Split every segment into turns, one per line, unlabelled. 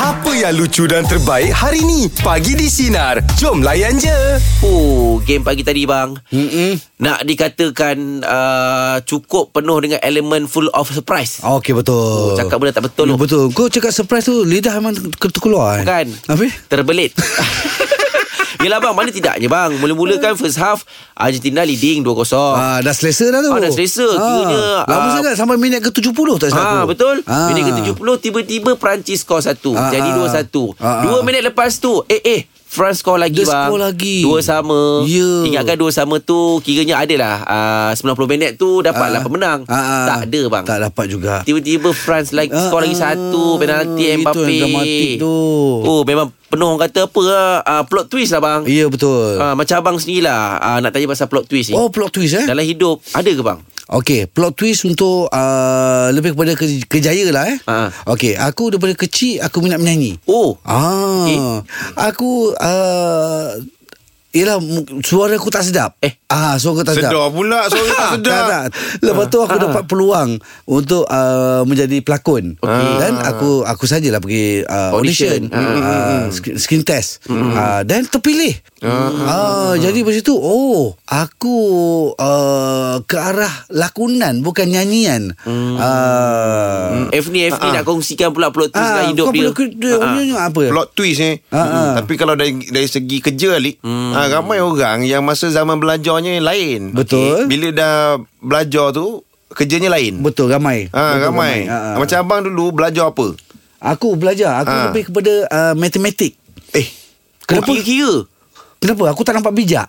Apa yang lucu dan terbaik hari ni? Pagi di Sinar. Jom layan je.
Oh, game pagi tadi bang. Mm-mm. Nak dikatakan uh, cukup penuh dengan elemen full of surprise.
Ah, Okey betul.
Oh, cakap benda tak betul
Ya,
tu.
betul. Kau cakap surprise tu lidah memang ter- terkeluar kan.
Bukan.
Apa?
Terbelit. Yelah bang, mana tidaknya bang. Mula-mula kan first half, Argentina leading 2-0. Ah.
Ah, dah selesa dah tu.
Ah, dah selesa. Kiranya,
Lama
ah,
sangat sampai minit ke 70 tak silap
Ha,
aku.
betul. Ah. Minit ke-70 tiba-tiba Perancis skor 1. Ah,
Ah,
jadi
ah.
2-1. Ah,
Ah, ah.
Dua minit lepas tu, eh eh France skor
Dia
lagi bang.
skor lagi.
Dua sama.
Ya.
Ingatkan dua sama tu kiranya adalah uh, 90 minit tu dapatlah
Ah.
pemenang.
Ah, ah.
Tak ada bang.
Tak dapat juga.
Tiba-tiba France lagi
Ah,
skor lagi
ah,
satu penalti
itu
Mbappe.
yang dramatik tu.
Oh memang penuh orang kata apa lah uh, plot twist lah bang.
Ya betul.
Uh, macam abang sendirilah uh, nak tanya pasal plot twist ni.
Oh plot twist eh.
Dalam hidup ada ke bang?
Okey, plot twist untuk uh, lebih kepada ke, kejaya lah eh.
Ah.
Okey, aku daripada kecil aku minat menyanyi.
Oh.
Ah.
Eh.
Aku uh, Yelah mu- Suara aku tak sedap
Eh.
ah, Suara aku tak sedap
Sedar pula Sorry tak sedar
tak, tak. Ha, Lepas tu aku dapat peluang untuk uh, menjadi pelakon.
Okey.
Dan aku aku sajalah pergi uh,
Audition.
audition, uh, skin, skin test. Uh, dan terpilih. Uh, jadi dari situ oh aku uh, ke arah lakonan bukan nyanyian. Uh,
Efni Efni nak kongsikan pula plot twist
Ah,
dalam hidup
kau
dia.
perlu kerja
Ah, ah.
punya apa?
Plot twist eh
Ha, ha.
Tapi kalau dari, dari segi kerja Ali hmm. ha, Ramai orang Yang masa zaman belajarnya lain
Betul.
Bila dah belajar tu Kerjanya lain
Betul ramai.
ha,
Betul,
Ramai,
Ah, ah.
Macam abang dulu Belajar apa
aku belajar aku
Ah.
lebih kepada uh, matematik.
Eh
Kenapa?
Oh, kira-kira.
Kenapa? Aku tak nampak bijak.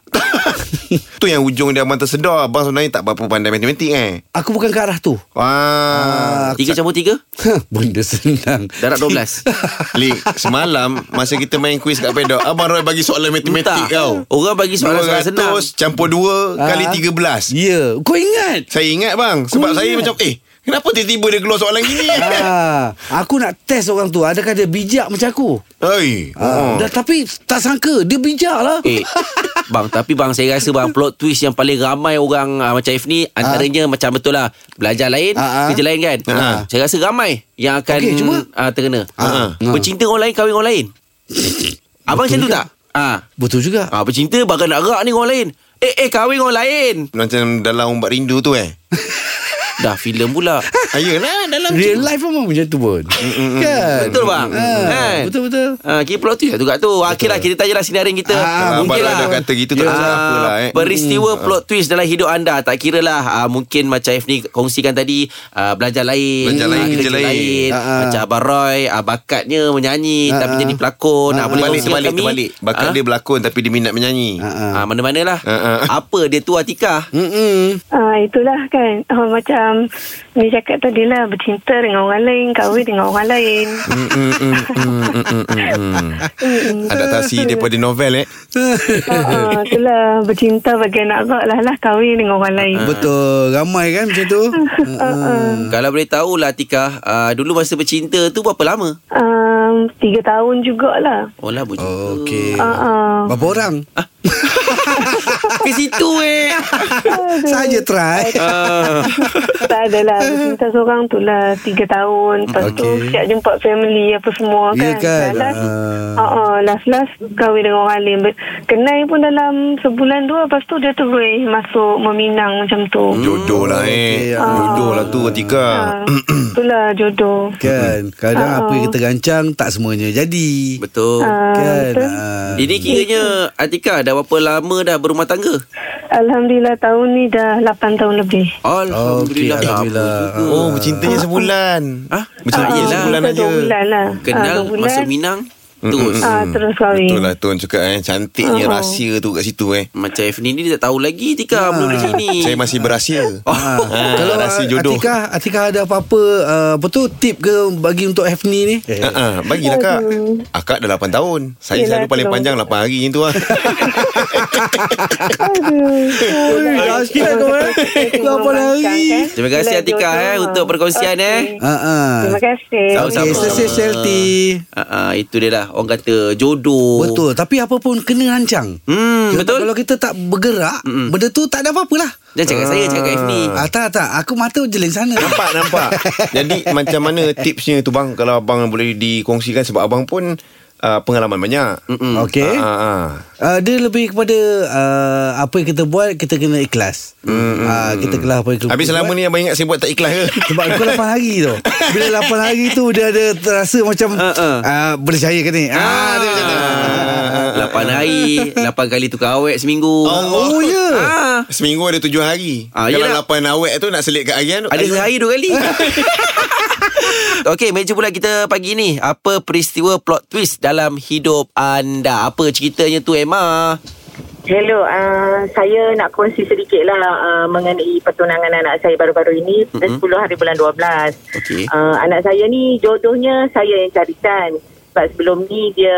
Tu yang ujung dia abang tersedar Abang sebenarnya tak berapa pandai matematik eh
Aku bukan ke arah tu. Ha.
Wah
Tiga campur tiga?
Hah, Benda senang
Darab 12.
Lik Semalam Masa kita main kuis kat pedok Abang Roy bagi soalan matematik
Entah.
kau
Orang Oh, bagi soalan-soalan senang.
200 campur 2 Kali
Ah.
13
Ya Kau ingat
Saya ingat bang Sebab
Kau
saya
ingat?
macam Eh kenapa tiba-tiba dia keluar soalan gini
ah, Aku nak test orang tu Adakah dia bijak macam aku
Oi Oh.
ah, dah, Tapi tak sangka Dia bijak lah
Eh, bang, tapi bang saya rasa bang plot twist yang paling ramai orang uh, macam Efni antaranya macam betul lah belajar lain,
Ah, ah.
kerja lain kan.
Ah.
Saya rasa ramai yang akan
Okey, cuba.
ah, terkena.
Ah.
Bercinta orang lain kahwin orang lain. Abang macam tu tak? Ah.
Betul juga
Ah, bercinta bakal nak gerak ni orang lain. Eh, eh kahwin orang lain.
Macam dalam umbat rindu tu eh
Dah filem pula.
Ayolah dalam
Real life memang macam tu pun kan?
Betul bang
ah,
Kan?
Betul-betul
Ah, Kira plot twist lah juga tu Ah, Okey lah kita tanyalah sinarin kita
Ah,
Mungkin lah.
Abang ada kata gitu Tak
Ah,
salah apalah eh
Peristiwa plot twist dalam hidup anda Tak kira lah ah, Mungkin macam Ifni kongsikan tadi ah, Belajar lain
Belajar lain,
ah,
kerja lain.
Ah, ah.
Macam Abang Roy ah, Bakatnya menyanyi
Ah,
Tapi
ah.
jadi pelakon ah, Boleh
Terbalik
kongsikan
terbalik
kami.
terbalik Bakat
Ah,
dia berlakon Tapi dia minat menyanyi
Ah, ah.
ah, Mana-mana lah
Ah, ah.
Apa dia tu Atika
Mm-mm.
Ah itulah kan ah, macam ni cakap tadi lah bercinta dengan orang lain kahwin dengan orang lain
Ah, Adaptasi daripada novel eh
ah, ah, itulah bercinta bagi anak rak lah lah kahwin dengan orang lain
Betul Ramai kan macam tu
ah,
Kalau boleh tahulah Atika ah, Dulu masa bercinta tu berapa lama?
um, tiga tahun jugalah
Oh lah bercinta
Okey
ah, ah.
Berapa orang
Ke situ eh
Saja try
tak adalah bercinta seorang tu lah tiga tahun lepas tu
Okey.
siap jumpa family apa semua
Ya
kan,
kan?
last,
Ah.
ah, ah, last last kahwin dengan orang lain Ber- kenal pun dalam sebulan dua lepas tu dia terus masuk meminang macam tu
Jodoh lah
Okey,
eh
ah.
Jodoh lah tu ketika
Hmm. Ah, itulah jodoh.
Kan Kadang apa yang
Ah.
kita rancang Tak semuanya jadi
Betul
Ah,
Kan
betul.
ah.
Ini kiranya Atika dah berapa lama dah berumah tangga?
Alhamdulillah tahun ni dah 8 tahun lebih.
Alhamdulillah.
Okey, Alhamdulillah.
Lama juga.
Oh bercintanya sebulan
Ah,
Bercinta
ah,
sebulan
Kita
aja
Dua bulan lah.
Kenal
Ah, dua bulan.
masuk Hmm. Minang terus.
Ah, terus kahwin.
Betul lah tuan cakap eh Cantiknya
Oh.
rahsia tu kat situ eh
Macam Efni ni dia tak tahu lagi
Ya.
Tika belum di sini.
Saya masih berahsia
Ah,
Ah,
kalau
rahsia
jodoh.
jodoh.
Atika, Atika ada apa-apa uh, apa tu tip ke bagi untuk Hafni ni? Eh.
Ha ah, bagilah kak. Akak dah 8 tahun. Saya
Yelah,
selalu paling
betul.
panjang 8 hari macam tu lah.
Aduh.
lah
Rahsia kau, eh. Lapan hari.
kan?
Terima kasih Atika eh untuk perkongsian eh.
Ha ah.
Terima kasih.
Sama-sama.
Okay, stay safe, healthy.
Ah, ah, itu dia lah orang kata jodoh.
Betul, tapi apa pun kena rancang.
Oh. Hmm,
Sebab
betul.
Kalau kita tak bergerak, Mm-mm. benda tu tak ada apa-apalah.
Jangan cakap saya Cakap Ifni
Ah, tak tak Aku mata jeling sana
Nampak nampak Jadi macam mana tipsnya tu bang Kalau abang boleh dikongsikan Sebab abang pun uh, Pengalaman banyak Mm-mm.
Okay
Ah, ah, ah.
Uh, dia lebih kepada uh, apa yang kita buat kita kena ikhlas. Hmm, uh, kita kelah apa yang kita
Habis selama ni abang ingat saya buat tak ikhlas ke?
sebab aku 8 hari tu. Bila 8 hari tu dia ada terasa macam
Ah,
uh,
ah.
uh. Uh, berjaya ke ni. Ah dia macam tu.
Lapan hari Lapan kali tukar awet seminggu
Oh
Oh,
ya. Yeah.
Ah,
Seminggu ada tujuh hari
Ah,
Kalau
yelah.
lapan awet tu Nak selit kat harian
Ada sehari dua kali Okey, meja pula kita pagi ni. Apa peristiwa plot twist dalam hidup anda? Apa ceritanya tu, Emma?
Hello, uh, saya nak kongsi sedikit lah uh, mengenai pertunangan anak saya baru-baru ini mm-hmm. 10 hari bulan 12.
Okey.
Uh, anak saya ni jodohnya saya yang carikan. Sebab sebelum ni dia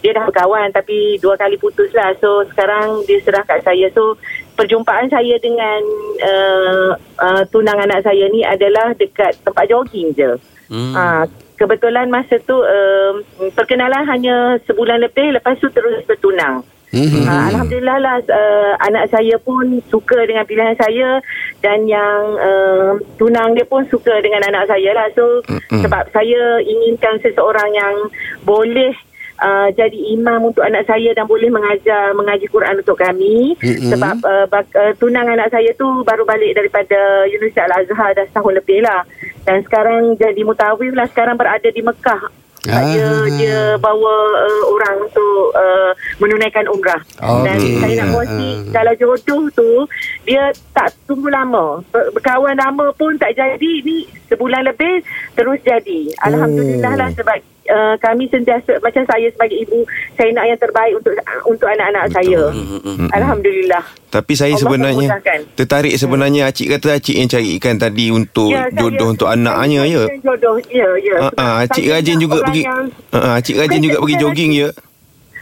dia dah berkawan tapi dua kali putus lah. So sekarang dia serah kat saya. So perjumpaan saya dengan uh, uh, tunang anak saya ni adalah dekat tempat jogging je. Hmm. Uh, kebetulan masa tu um, perkenalan hanya sebulan lebih lepas tu terus bertunang. Mm-hmm. Uh, Alhamdulillah lah uh, anak saya pun suka dengan pilihan saya dan yang uh, tunang dia pun suka dengan anak saya lah so mm-hmm. sebab saya inginkan seseorang yang boleh uh, jadi imam untuk anak saya dan boleh mengajar mengaji Quran untuk kami mm-hmm. sebab uh, bak, uh, tunang anak saya tu baru balik daripada Universiti Al-Azhar dah setahun lebih lah dan sekarang jadi mutawif lah sekarang berada di Mekah sebab
Ah,
dia dia bawa uh, orang untuk uh, menunaikan umrah.
Okey.
Dan saya nak kongsi
Ah.
kalau jodoh tu dia tak tunggu lama. Ber- Berkawan lama pun tak jadi ni sebulan lebih terus jadi. Alhamdulillah
Hmm.
lah sebab uh, kami sentiasa macam saya sebagai ibu saya nak yang terbaik untuk uh, untuk anak-anak saya.
Hmm,
Alhamdulillah.
Tapi saya
Allah
sebenarnya
memudahkan.
Tertarik sebenarnya Acik kata Acik yang carikan tadi Untuk
Ya,
ya,
saya-
jodoh untuk
saya
anaknya ya
carikan Jodoh, ya, ya.
Ah,
Sebab
ah, Acik
saya
rajin
nak
juga
orang
pergi
yang-
ah, ah, Acik rajin
Saya-
juga pergi
saya
jogging ya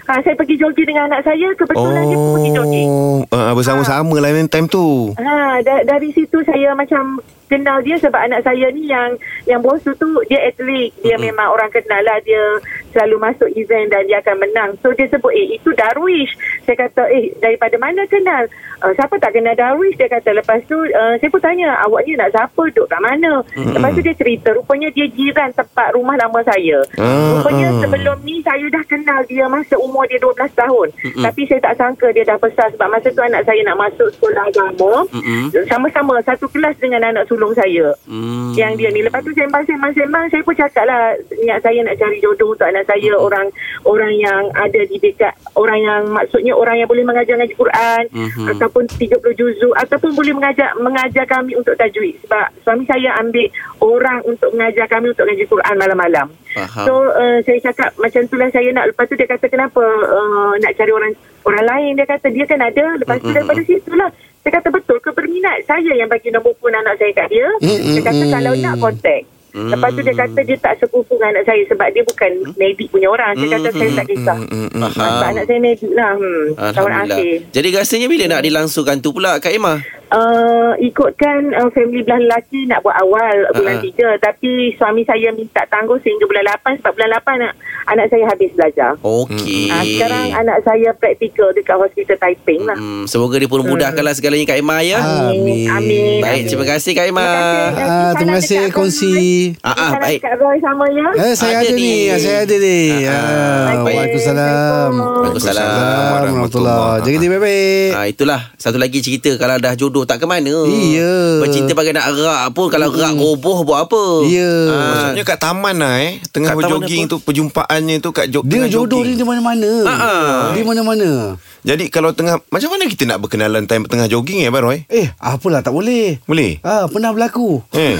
Ha, saya pergi jogging dengan anak saya kebetulan dia pun pergi jogging.
Oh ah, Bersama-sama lah time tu
Ha, da- dari situ saya macam kenal dia sebab anak saya ni yang yang bos tu tu dia atlet. Dia mm-hmm. memang orang kenal lah. Dia selalu masuk event dan dia akan menang. So dia sebut, eh itu Darwish. Saya kata, eh daripada mana kenal? Uh, siapa tak kenal Darwish? Dia kata, lepas tu uh, saya pun tanya, awak ni nak siapa? Duduk kat mana? Mm-hmm. Lepas tu dia cerita, rupanya dia jiran tempat rumah lama saya.
Ah,
rupanya
ah.
sebelum sebelum ni saya dah kenal dia masa umur dia 12 tahun. Mm-hmm. Tapi saya tak sangka dia dah besar sebab masa tu anak saya nak masuk sekolah agama. Mm-hmm. Sama-sama satu kelas dengan anak sulung saya. Mm. Yang dia ni. Lepas tu sembang-sembang-sembang saya pun cakap lah niat saya nak cari jodoh untuk anak saya. Mm-hmm. Orang orang yang ada di dekat orang yang maksudnya orang yang boleh mengajar ngaji Quran mm-hmm. ataupun 30 juzuk ataupun boleh mengajar mengajar kami untuk tajwid sebab suami saya ambil orang untuk mengajar kami untuk ngaji Quran malam-malam.
Faham.
So uh, saya cakap macam tu lah saya nak lepas tu dia kata kenapa uh, nak cari orang orang lain dia kata dia kan ada lepas tu daripada situ lah saya kata betul ke berminat saya yang bagi nombor pun anak saya kat dia dia kata kalau nak kontak lepas tu dia kata dia tak sepupu dengan anak saya sebab dia bukan medik punya orang saya kata saya tak kisah sebab anak saya medik lah hmm, tahun akhir
Alhamdulillah. Jadi rasanya bila nak dilangsungkan tu pula, Kak Emma?
uh, ikutkan uh, family belah lelaki nak buat awal uh bulan
Ah.
tiga tapi suami saya minta tangguh sehingga bulan lapan sebab bulan lapan anak, anak saya habis belajar
Okey.
Ah, sekarang anak saya praktikal dekat hospital Taiping lah.
Hmm, semoga dia pun mudahkan lah segalanya Kak Emma ya.
Ah.
Amin.
Amin.
Baik, terima kasih Kak Emma.
Ah, terima kasih kongsi.
Ah, ah, baik.
baik. Dekat Roy sama ya.
Eh saya
Ada
ada, ni,
ni.
saya ada ni.
Ah,
Ah,
baik.
Waalaikumsalam.
Waalaikumsalam.
Waalaikumsalam. Jaga diri baik-baik.
Ha, itulah satu lagi cerita kalau dah jodoh tak ke mana.
Iya.
Bercinta pakai nak rak pun kalau rak roboh buat apa?
Ya.
Ah,
Maksudnya kat taman lah eh Tengah
Kat taman
berjoging
apa?
tu Perjumpaannya tu kat jog,
Dia
tengah
jodoh
jogging.
dia di mana-mana.
ah.
Di mana-mana.
Jadi kalau tengah Macam mana kita nak berkenalan Time tengah jogging ya Baroy
Eh, apalah tak boleh.
Boleh
Ah, pernah berlaku.
Eh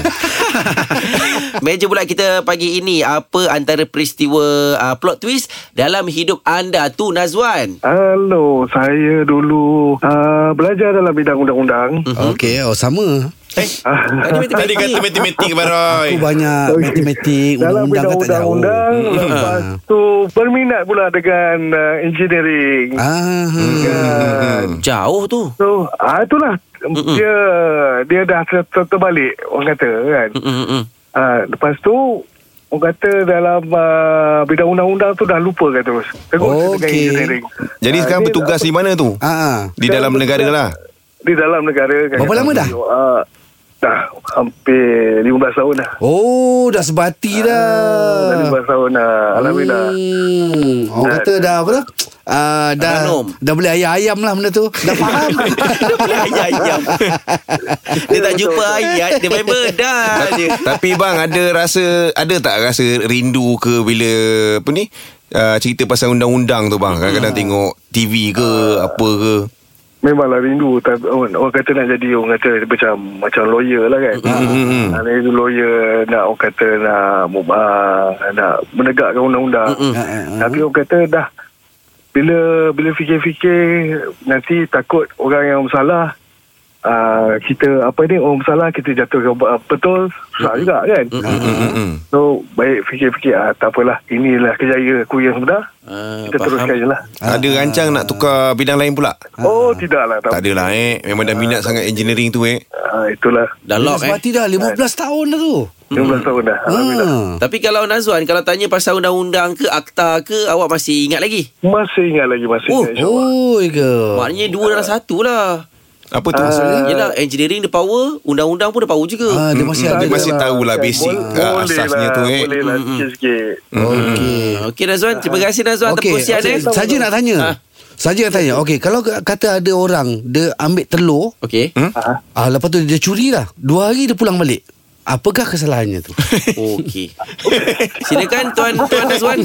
Meja pula kita pagi ini apa antara peristiwa uh, plot twist dalam hidup anda tu Nazwan?
Hello, saya dulu uh, belajar dalam bidang undang-undang.
Okey, oh sama.
Tadi matematik.
Eh, Tadi kata matematik Baroy
Aku banyak Ah, matematik,
Dalam
undang-undang
bidang
kan tak jauh.
undang-undang, lepas tu berminat pula dengan uh, engineering.
Ah. hmm.
Kan.
Jauh tu.
So, ah, itulah. Dia dia dah ter- ter- terbalik, orang kata kan.
Mm-mm.
Ah, lepas tu, orang kata dalam uh, bidang undang-undang tu dah lupa kan terus. Terus
Okey.
dengan engineering.
Jadi
Ah,
sekarang
dia-
bertugas di mana tu
Ah. ah.
Di dalam negara lah
di dalam negara kan.
Berapa lama dah?
Uh, dah hampir 15 tahun dah.
Oh, dah sebati
Dah
dah.
Ah.
15 tahun dah. Alhamdulillah.
Hmm. Orang kata dah apa dah? Uh, dah
Ranum.
dah boleh ayam-ayam lah benda tu. Dah faham.
Dia boleh ayam-ayam Dia tak jumpa ayat Dia main bedal je
Tapi bang ada rasa ada tak rasa rindu ke bila apa ni uh, cerita pasal undang-undang tu bang. Kadang-kadang tengok TV ke apa ke.
Memanglah rindu tapi orang, orang kata nak jadi orang kata macam macam lawyer lah kan.
hmm.
Mm-hmm. itu lawyer nak orang kata nak uh, nak menegakkan undang-undang.
Hmm, Ah,
Mm-mm.
Tapi orang kata dah bila bila fikir-fikir nanti takut orang yang bersalah uh, kita apa ni orang bersalah kita jatuhkan uh, betul susah juga kan.
Hmm.
So baik fikir-fikir ah, tak apalah inilah kerjaya aku yang sebenar.
Ah,
Kita teruskan je lah.
Ada rancang nak tukar bidang lain pula?
Ah.
Oh tidaklah tak,
Tak adalah eh. Memang dah minat sangat engineering tu eh.
Ah, itulah
Dah
Dah lock eh
sebati dah 15 tahun dah tu.
15
Hmm.
tahun dah. Alhamdulillah.
Ha.
Tapi kalau Nazwan Kalau tanya pasal undang-undang ke Akta ke Awak masih ingat lagi
Masih ingat lagi masih
Oh,
ingat insyaAllah.
Oi ke.
Maknanya dua dalam satu lah
Apa tu maksudnya?
Yelah engineering dia power Undang-undang pun dia power juga
Ah, dia masih ada.
Dia masih tahulah Lah, basic
kan. Boleh
ah, asasnya
lah,
tu eh.
Boleh lah sikit-sikit.
Okey.
Hmm. Ah, Okey Nazwan Terima kasih Nazwan Atas
Okey,
perkongsian
okey,
eh
saja nak tanya.
Ah.
Saja nak tanya. Okey, kalau k- kata ada orang dia ambil telur,
Okey
Hmm?
ah lepas tu dia curi lah. Dua hari dia pulang balik. Apakah kesalahannya tu?
Okey Silakan Tuan Tuan Nazwan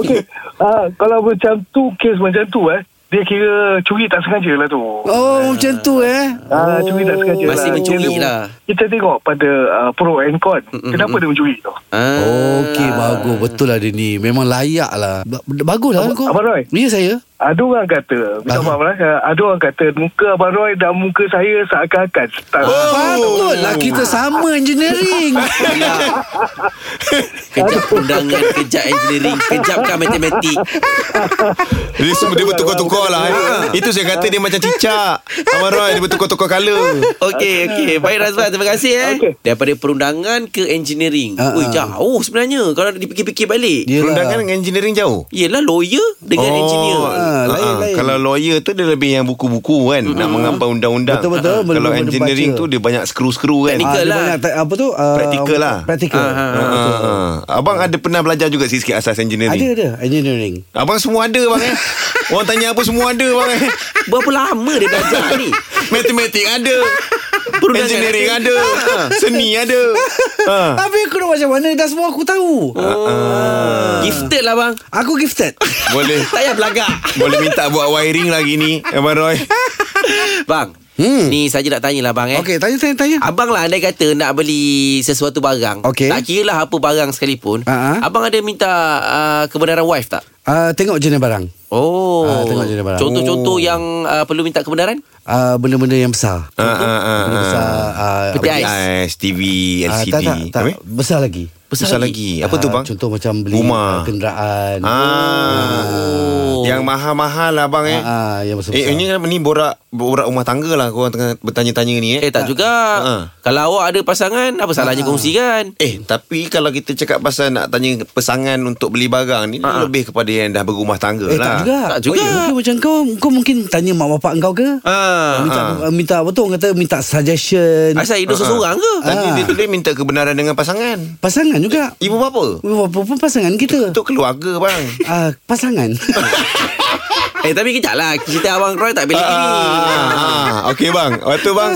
Okey. Ah, kalau macam tu, kes macam tu eh. Dia kira curi tak sengaja lah tu.
Oh, macam tu eh.
Ah, curi tak sengaja
Masih
lah.
mencuri
Kita-
lah. Hmm,
Kita tengok pada uh, pro and con. Kenapa dia mencuri tu?
ah.
Okey, bagus. Betul lah dia ni. Memang layak lah. Ba- Bagus lah kau.
Abang Roy?
Ya, saya.
Ada orang kata, minta
Faham.
maaf lah, ah, ada orang kata muka Abang Roy dan muka saya seakan-akan. Tak,
Oh.
Oh.
Patut lah kita sama engineering.
Gelap. Kejap undangan Kejap engineering Kejapkan matematik
Dia semua dia bertukar-tukar lah eh. Itu saya kata dia macam cicak Abang Roy dia bertukar-tukar colour
Okey okey Baik Razman Terima kasih eh
Okey.
Daripada perundangan Ke engineering
Ah, Ya.
Ui
ah.
jauh sebenarnya Kalau dipikir-pikir balik
Yelah. Ah,
Perundangan dengan engineering jauh
Yelah lawyer
Oh.
Dengan engineer
ah,
lain,
ah.
lain.
Kalau lawyer tu dia lebih yang buku-buku kan Nak mengampar undang-undang
Betul-betul,
Ah,
belum-
Kalau
belum
engineering
baca.
tu dia banyak skru-skru kan
Teknikal.
Ah, dia
lah.
banyak ta- apa tu? Ah,
Praktikal lah.
Praktikal.
Ah, ah,
Ah, ah, ah. Abang ada pernah belajar juga sikit-sikit
Ah,
asas
Ada,
engineering
ada. Engineering.
Abang semua ada bang eh Orang tanya apa semua ada bang eh
Berapa lama dia belajar ni
Matematik ada
Perundangan
Engineering ada
Ha.
Seni ada Ah.
Habis aku nak macam mana? Dah semua aku tahu. Ah.
Gifted lah bang
Aku gifted.
Boleh
Tak payah belagak
Boleh minta buat wiring lagi ni Abang Roy
Bang
Hmm.
Ni saja nak tanya lah bang eh
Okey, tanya, tanya, tanya.
Abang lah andai kata nak beli sesuatu barang
Okey.
Tak kira lah apa barang sekalipun
Ah, ah.
Abang ada minta uh, kebenaran wife tak?
Ah, tengok jenis barang.
Oh
Ah, tengok je dia barang. Oh.
Contoh-contoh yang uh, perlu minta kebenaran
Ah, benda-benda yang besar.
Ah, ah, ah,
Benda
ah.
besar. ah,
Peti
apa-
ais.
Ais, TV,
ah,
LCD
tak, tak, tak.
Habis?
Besar lagi.
Besar
Besar
lagi.
lagi Apa tu
Ah,
bang?
Contoh macam beli
Rumah.
ah, kenderaan.
Ah.
Oh.
Yang mahal-mahal lah bang eh.
Ah, ah, yang besar-besar.
Eh, ini kan ni borak borak rumah tangga lah korang tengah bertanya-tanya ni eh.
Eh tak juga
Ah.
Kalau awak ada pasangan Apa
Ah,
salahnya kongsikan
Eh, tapi kalau kita cakap pasal nak tanya pasangan untuk beli barang ni uh lebih kepada yang dah berumah tangga
Ah. Eh, tak
lah.
juga.
Tak juga.
Mungkin macam kau, kau mungkin tanya mak bapak kau ke?
Ah,
minta,
ah.
ah. minta apa tu orang kata minta suggestion.
Asal hidup seorang ke
Tadi
Ah.
dia tulis minta kebenaran dengan pasangan.
Pasangan juga.
Ibu bapa.
Apa pun pasangan kita.
Untuk keluarga bang.
Ah, pasangan.
Eh tapi kejap lah Cerita Abang Roy tak
Ah,
beli ini
ah, ah. Okey bang. Lepas tu bang,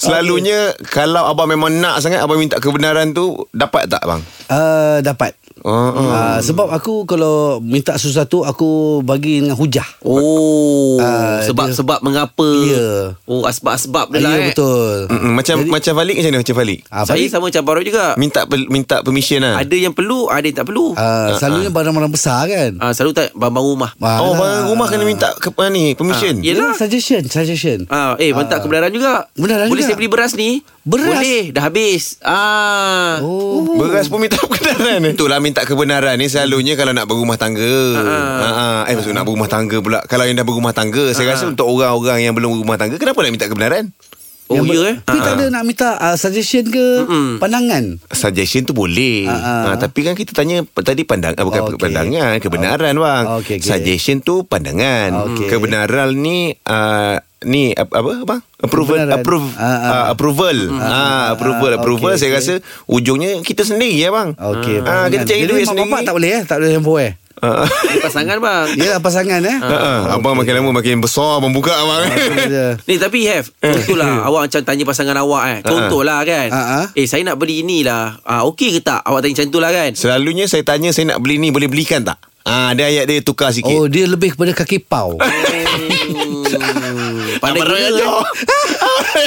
selalunya kalau abang memang nak sangat abang minta kebenaran tu dapat tak bang?
Ah, dapat.
Oh, oh.
Ah, sebab aku kalau minta sesuatu aku bagi dengan hujah.
Oh
Ah, dia-
Sebab-sebab mengapa
Ya.
Oh asbab-asbab dia
Ya
lah eh.
betul.
Mm-mm, macam macam Falik macam mana macam Falik?
Ah,
Saya
Saya
sama macam Abang Roy juga
Minta pe- minta permission lah.
Ada yang perlu Ada yang tak perlu
ah, selalunya barang-barang besar kan.
Ah, Selalu tak Bambang rumah
Ah,
Oh,
lah.
barang rumah kena minta ke, apa ni
Ah,
permission.
ya.
Yelah,
Yelah.
suggestion, suggestion.
Ah, eh, minta kebenaran juga.
Kebenaran
Boleh
juga.
saya beli beras ni?
Beras?
Boleh, dah habis. Ah.
Oh.
Beras pun minta kebenaran Itulah minta kebenaran ni Selalunya kalau nak berumah tangga ha. Eh maksud nak berumah tangga pula Kalau yang dah berumah tangga Saya rasa untuk orang-orang yang belum berumah tangga Kenapa nak minta kebenaran?
Oh,
Yang
ya
ber-
eh.
Tapi tak ada nak minta ah, suggestion ke pandangan.
Suggestion tu boleh
Ah, ah.
ha, Tapi kan kita tanya p- Tadi pandang ah, Bukan
Okey.
pandangan Kebenaran bang
Okey, okey.
Suggestion tu pandangan
Okey.
Kebenaran ni uh, ni ap- apa bang approval
Kebenaran.
approve
Ah, ah,
ah,
ah.
approval ah approval
ah,
approval
okey,
saya
okey.
rasa ujungnya kita sendiri ya bang
Okih.
ah kita cari
Jadi
duit
mak
sendiri
bapak tak boleh eh, tak boleh sembur eh.
Ah, ah.
Ni pasangan bang
Yalah pasangan eh.
Ah, ah. abang makin lama makin besar membuka abang
Ya.
Ni tapi have Contohlah Awak macam tanya pasangan awak eh Contohlah kan
Ah, ah.
Eh saya nak beli inilah ah, Okey ke tak Awak tanya macam tu lah kan
selalunya saya tanya saya nak beli ni boleh belikan tak ah dia ayat dia tukar sikit
Oh dia lebih kepada kaki pau.
Hmm, Pandai gila kan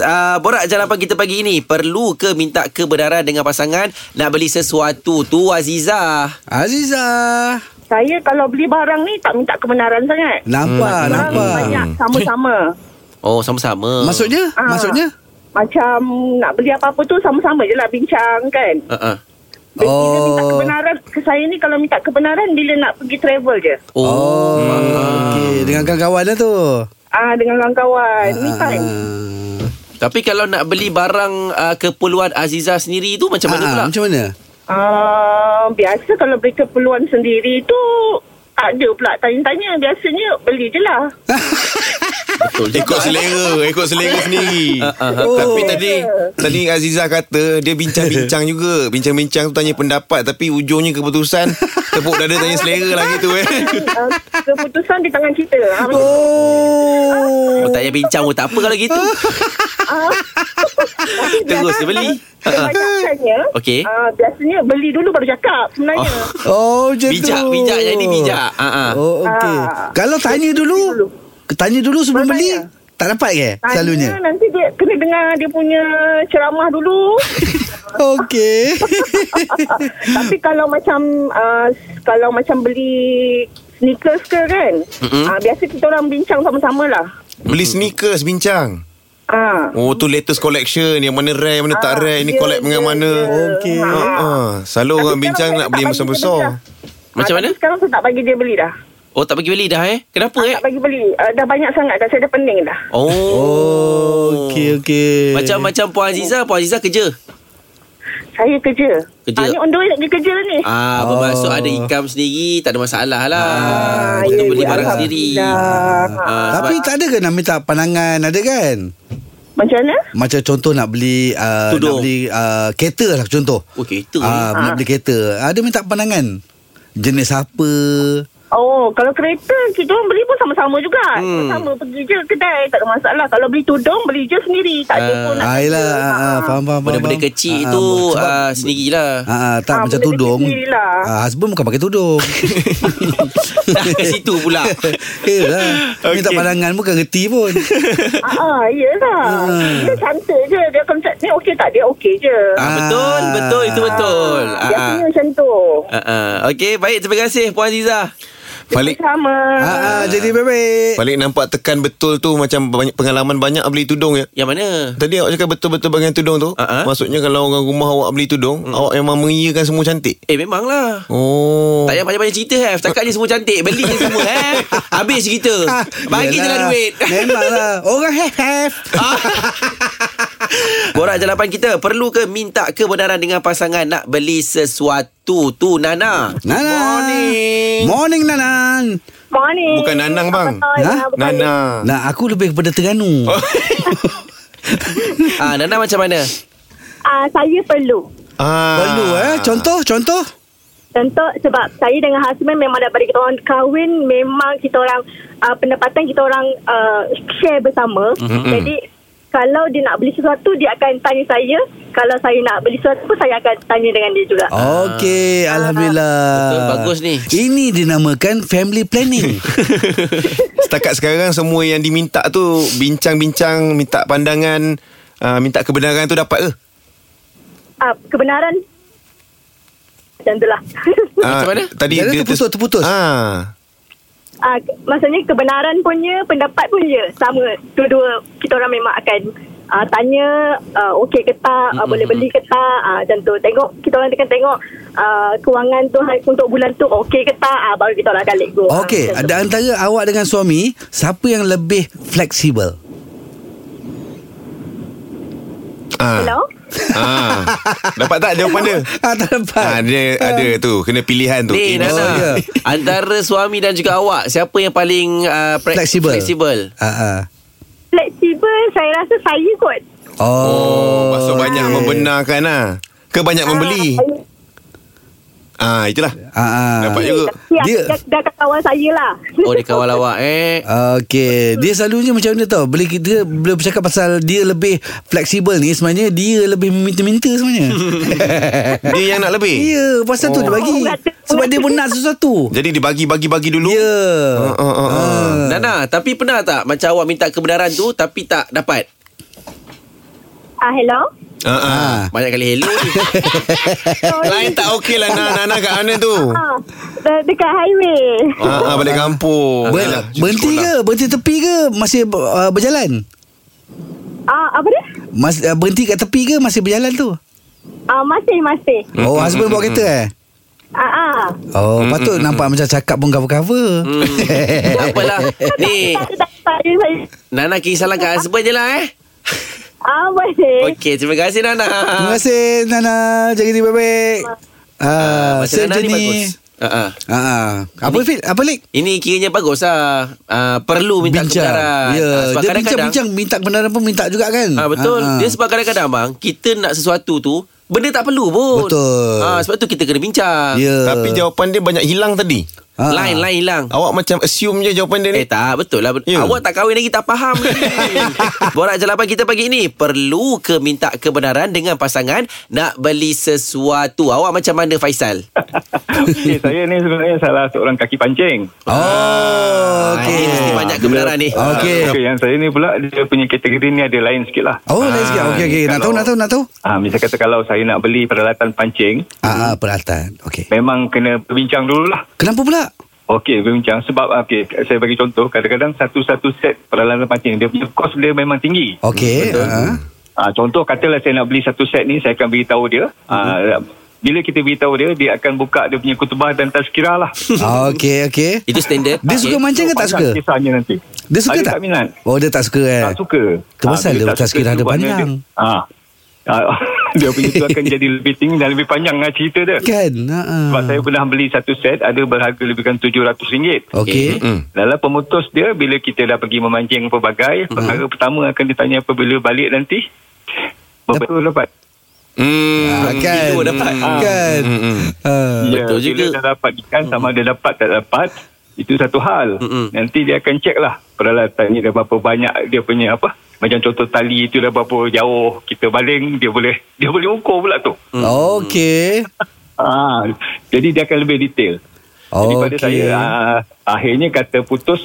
uh, Borak jalapan kita pagi ini Perlu ke minta kebenaran dengan pasangan Nak beli sesuatu tu Aziza
Aziza.
Saya kalau beli barang ni tak minta kebenaran sangat.
Nampak, hmm.
Barang
nampak.
banyak sama-sama.
Oh sama-sama
Maksudnya?
Ah.
Maksudnya?
Macam nak beli apa-apa tu sama-sama je lah bincang kan.
uh-uh.
Bila oh. minta
Oh.
kebenaran, ke- saya ni kalau minta kebenaran bila nak pergi travel je.
Oh,
Oh, okey, dengan kawan-kawan lah tu.
Ah dengan kawan-kawan. Ni kan? time.
Ah.
Tapi kalau nak beli barang uh, Keperluan Aziza sendiri tu Macam mana
Ah,
pula?
Macam mana?
Ah, biasa kalau beli keperluan sendiri tu tak ada pula tanya-tanya. Biasanya beli je lah.
Ikut selera Ikut selera sendiri
ah.
Tapi tadi Tadi Aziza kata Dia bincang-bincang juga Bincang-bincang tu tanya pendapat Tapi ujungnya keputusan Tepuk dada tanya selera lah gitu eh
Ah, keputusan di tangan kita. Ah, macam
Oh.
Ah.
Oh, tak payah bincang pun tak apa kalau gitu Terus dia beli
Kebanyakannya
Okey.
uh, Biasanya beli dulu baru cakap Sebenarnya
Oh.
Oh, macam
Bijak,
tu.
bijak. Yang ni bijak. Ah, ah.
Oh, okey.
Ah.
Kalau tanya dulu, tanya dulu sebelum beli,
Bertanya.
tak dapat ke
Tanya,
selalunya?
Nanti dia kena dengar Dia punya ceramah dulu Ah,
Okey.
Tapi kalau macam uh, Kalau macam beli Sneakers ke kan uh, Biasa kita orang bincang sama-sama lah
Beli
Hmm.
sneakers bincang
uh.
Oh tu latest collection Yang mana rare Mana tak rare
dia-
Ni collab dengan
dia-
mana
dia-
Okey.
ya, Ah, ah. Selalu orang bincang Nak beli yang besar-besar
Macam mana?
Ah, Sekarang saya tak bagi dia beli dah
Oh tak bagi beli dah eh Kenapa eh?
Tak bagi beli uh, Dah banyak sangat dah Saya dah pening dah
Oh,
Oh, okey, okey.
Macam-macam Puan Aziza Puan Aziza kerja
Saya kerja
Kerja.
Ah, ni on the way nak pergi kerja lah ni
Ah, oh.
Oh.
bermaksud ada income sendiri, tak ada masalah lah. Ah,
Ah,
Kita
ya,
beli
ya,
barang sendiri.
Alhamdulillah.
Ah,
Tapi
sebab-
tak ada ke nak minta pandangan, ada kan?
Macam mana?
Macam contoh nak beli uh, nak
Tudung.
beli uh, kereta lah contoh.
Oh, kereta
Ah, nak beli kereta. Ada minta pandangan. Jenis apa?
Oh, kalau kereta kita orang beli pun sama-sama juga. Hmm. Sama pergi je kedai, tak ada masalah. Kalau beli tudung, beli je sendiri. Tak ada
Ah,
pun nak.
Ah, yalah, ah, ah, faham faham.
Benda-benda
faham.
kecil
Ah,
tu
sebab-
ah, sendirilah.
Ah, ah, tak
Ah,
macam
benda
tudung.
kecil lah.
Ah, husband bukan pakai tudung.
Dah ke situ pula.
Yalah. Okay. Minta
Okey.
pandangan bukan reti pun.
Ah, ah, yelah.
Ah.
Dia cantik je. Dia konsep ni okey tak? Dia okey je.
Ah, betul,
Ah.
betul, itu betul. Ah, ah.
Biasanya macam tu.
Ah, ah. Okey, baik. Terima kasih Puan Aziza.
Balik
Sama.
ah, ah, jadi bebek.
Balik nampak tekan betul tu Macam banyak, pengalaman banyak Beli tudung ya
Yang mana?
Tadi awak cakap betul-betul bagian tudung tu
Ah, ah.
Maksudnya kalau orang rumah awak beli tudung
Hmm.
Awak memang mengiakan semua cantik
Eh, memanglah.
Oh
Tak payah banyak-banyak cerita Hef Cakap je semua cantik Beli je semua Hef Habis cerita Bagi je lah
Yelah.
duit
Memanglah. Orang have have.
Borak jalapan kita Perlu ke minta kebenaran dengan pasangan Nak beli sesuatu tu Nana
Nana. Morning. Morning Nanan.
Morning.
Bukan Nanang, bang.
Ha?
Nana
Nah, aku lebih kepada Terengganu.
ah, Nana macam mana?
Uh, saya perlu.
ah.
Perlu eh. Contoh, contoh.
Contoh sebab saya dengan husband memang daripada kita orang kahwin memang kita orang uh, pendapatan kita orang uh, share bersama. Mm-hmm. Jadi kalau dia nak beli sesuatu dia akan tanya saya. Kalau saya nak beli sesuatu pun saya akan tanya dengan dia juga.
Oh. Okey, alhamdulillah.
Ah. Betul, bagus ni.
Ini dinamakan family planning.
Setakat sekarang semua yang diminta tu Bincang-bincang Minta pandangan uh, Minta kebenaran tu dapat ke?
Uh, kebenaran macam lah. itulah.
Ah,
Macam mana?
Tadi
Macam mana terputus,
ter-
terputus?
Ah.
uh, maksudnya kebenaran punya pendapat pun ya sama. Dua-dua kita orang memang akan uh, tanya uh, okey ke tak, uh, boleh beli ke tak, uh, macam tu. Tengok kita orang akan tengok uh, kewangan tu hari- untuk bulan tu okey ke tak, uh, baru kita orang akan let go. Ah,
Okey,
macam tu.
ada antara awak dengan suami, siapa yang lebih fleksibel?
ah.
Hello?
ha. Dapat tak jawapan dia?
Ah, tak Ah, dapat.
Ha, dia ada tu Kena pilihan tu
Ni
Ini-
Nana
Oh, ya.
Antara suami dan juga awak Siapa yang paling uh, pre-
Fleksibel.
fleksibel?
Ah, ah.
Fleksibel saya rasa saya kot.
Oh,
Oh,
Pasal banyak membenarkan lah Ke
Ah.
banyak membeli Ah, itulah
Ah, ah.
Dapat juga
Ya,
Dia-
dia, dah, dah kat kawan saya lah.
Oh dia kawal awak eh
Okey, dia selalunya macam mana tau. Bila kita bila bercakap pasal dia lebih fleksibel ni sebenarnya dia lebih meminta-minta sebenarnya.
Dia yang nak lebih
ya, pasal tu dia bagi. Sebab dia pun nak sesuatu.
Jadi dibagi-bagi-bagi dulu
Ya.
Ah, ah, ah, ah.
Nana Tapi pernah tak Macam awak minta kebenaran tu Tapi tak dapat
Ah, hello?
Ah, ah.
Ah.
Banyak kali hello ni.
Lain tak okey lah Nana, Nana kat mana tu
Ah, de- dekat highway.
Ah, ah, balik kampung
Ber-
Yalah,
berhenti
sekolah.
ke? Berhenti tepi ke? Masih uh, berjalan?
Ah, apa dia?
Mas, uh, berhenti kat tepi ke masih berjalan tu?
Ah, masih-masih.
Oh, husband bawa kereta eh?
Ah, ah.
Oh, patut nampak macam cakap pun cover-cover.
Tak apalah Ni
Tak ada tak ada saya.
eh.
Nana kira salah kat husband je lah eh
Ah,
eh.
boleh.
Okey terima kasih Nana
Terima kasih Nana Jaga diri baik-baik Ah,
Macam
Safe
Nana ni
journey.
bagus uh-huh.
Ah, ah. Apa Fik? Apa Lik?
Ini kiranya bagus lah uh, Perlu minta kebenaran
Ya,
Ah, sebab
dia
kadang-kadang-
bincang-bincang minta kebenaran pun minta juga kan?
Ah betul.
Ah, ah.
Dia sebab kadang-kadang bang, kita nak sesuatu tu benda tak perlu pun.
Betul.
Ah sebab tu kita kena bincang.
Ya.
Tapi jawapan dia banyak hilang tadi
Ah, ah.
Lain lain hilang.
Awak macam assume je jawapan dia ni
Eh tak betul lah
Ya.
yeah. Awak tak kahwin lagi tak faham ni Borak jalapan kita pagi ni Perlu ke minta kebenaran dengan pasangan Nak beli sesuatu Awak macam mana Faisal?
Okey, saya ni sebenarnya salah seorang kaki pancing.
Oh, okey. Ah.
Ini Ah, mesti banyak kebenaran ni
Ah,
Okey.
Okey, yang saya ni pula dia punya kategori ni ada lain sikit lah.
Oh, lain sikit. Okey, okey. Nak tahu,
Kalau-
nak tahu, nak tahu.
Ah, misal kata kalau saya nak beli peralatan pancing,
Ah, ah, peralatan. Okey.
memang kena berbincang dululah.
Kenapa pula?
Okey, berbincang sebab ah, okey, saya bagi contoh, kadang-kadang satu-satu set peralatan pancing dia punya kos dia memang tinggi. Hmm,
Okey. Ah.
Ah, contoh katalah saya nak beli satu set ni, saya akan beritahu dia.
Mhm.
Ah, bila kita beritahu dia, dia akan buka dia punya kutubah dan tazkirah lah.
Okey, okey.
Itu standard
Ah, Dia suka mancing ke tak
Panjang
suka?
Kisahnya nanti.
Dia suka
Saya
tak?
tak minat.
Oh, dia tak suka eh.
Tak suka.
Tu pasal
Ah,
dia
tak
bukan
suka
sekiranya dia
keluarnya
pandang.
dia. Ah. Ah, dia punya tu akan jadi lebih tinggi dan lebih panjang dengan cerita dia.
Kan? Ah, ah.
Sebab saya pernah beli satu set ada berharga lebihkan RM700.
Eh,
Okey.
mm,
Dalam pemutus dia bila kita dah pergi memancing pelbagai,
Hmm.
perkara pertama akan ditanya apabila balik nanti betul dapat.
Hmm.
Ah, kan.
Tidur dapat. Mm,
Kan. Ah.
Ya,
Betul
bila
juga.
dah dapat ikan sama ada dapat tak dapat itu satu hal.
Mm-mm.
Nanti dia akan cek lah peralatan ni dah berapa banyak dia punya apa. Macam contoh tali itu dah berapa jauh kita baling dia boleh dia boleh ukur pula tu.
Mm,
Okey.
Ah, jadi dia akan lebih detail. Jadi pada
Okey.
saya ah, akhirnya kata putus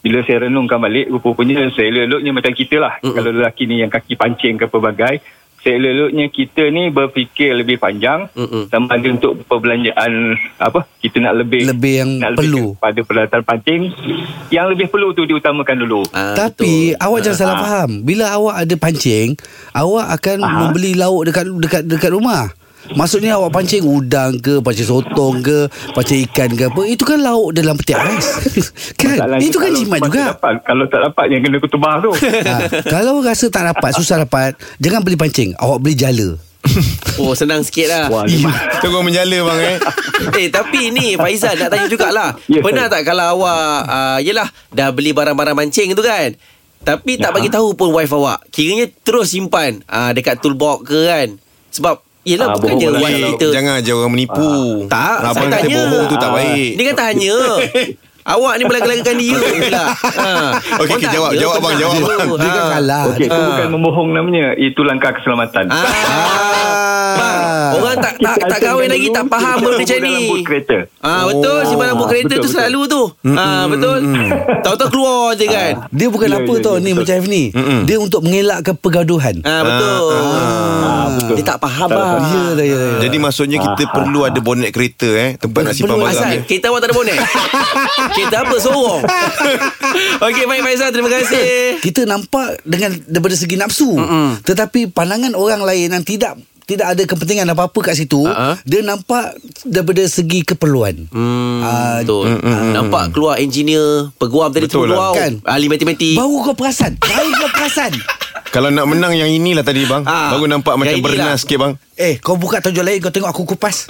bila saya renungkan balik rupa-rupanya saya elok-eloknya macam kita lah mm kalau lelaki ni yang kaki pancing ke pelbagai saya elok-eloknya kita ni berfikir lebih panjang
Mm-mm.
sama ada untuk perbelanjaan apa kita nak lebih
Lebih yang
nak lebih
perlu.
pada peralatan pancing yang lebih perlu tu diutamakan dulu
Ah,
Tapi
betul.
awak
Ah.
jangan salah faham. Bila awak ada pancing, awak akan membeli lauk dekat dekat dekat rumah. Maksudnya awak pancing udang ke, pancing sotong ke, pancing ikan ke apa, itu kan lauk dalam peti ais. kan?
Masalah
Itu kan
kalau
jimat
dapat,
juga.
tak dapat. Kalau tak dapat yang kena kutubah tu
Ha, kalau rasa tak dapat, susah dapat, jangan beli pancing. Awak beli jala.
Oh senang sikit lah
Wah, dia-
Tunggu menjala bang eh
Eh tapi ni Faizal nak tanya jugalah
Ya,
Pernah tak kalau awak uh, Yelah Dah beli barang-barang mancing tu kan Tapi tak bagi tahu pun wife awak Kiranya terus simpan uh, Dekat toolbox ke kan Sebab
Ah,
Yelah bukan je
bohong
wife
lagi.
kita
Jangan je orang menipu
Ah, Tak
Abang
Saya
kita
tanya
bohong tu tak
Ah.
baik
Dia kan tanya Awak ni melaga-lagakan dia pula ha.
Okey, okey, jawab, jawab, abang, jawab, abang.
Dia kan kalah.
Ah, Okey, itu bukan membohong namanya. Itu langkah keselamatan.
Ah. Bang, orang tak tak, tak kahwin lagi tak faham benda macam ni.
Dalam boot kereta.
Ah betul oh. simpan nombor kereta
Betul,
tu
betul.
selalu tu. Ah betul. Tahu-tahu keluar je kan.
Dia bukan
Ya,
apa
ya,
tau
ya,
ni
betul.
macam F ni. Dia untuk mengelakkan pergaduhan.
Ah betul.
Ah, betul.
Dia tak faham lah.
Tak
bang.
Ya, dah, ya, ya.
Jadi maksudnya kita perlu ada bonet kereta eh Tempat nak simpan
Perlu
barang
Ah. Asal
dia
kita awak tak ada bonet. kita apa sorong. Okey baik Faizal terima kasih.
kita nampak dengan daripada segi nafsu Mm-mm. tetapi pandangan orang lain yang tidak tidak ada kepentingan apa-apa kat situ
Ha-ha.
dia nampak daripada segi keperluan
Hmm,
Ah,
betul. Nampak keluar engineer peguam tadi tu
Betul lah.
keluar.
Kan?
Ahli matematik.
baru kau perasan baru kau perasan
Kalau nak menang yang inilah tadi bang
Ah,
Baru nampak macam
yang inilah.
berenang sikit bang
Eh kau buka tonjol lain Kau tengok aku kupas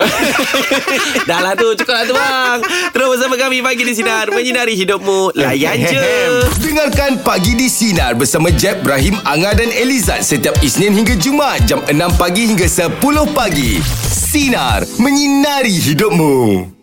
Dah lah tu Cukup lah tu bang Terus bersama kami Pagi di Sinar Menyinari
Eh,
hidupmu Layan je
Dengarkan Pagi di Sinar bersama Jeb, Ibrahim, Anga dan Elizad setiap Isnin hingga Jumaat jam 6 pagi hingga 10 pagi. Sinar, menyinari hidupmu.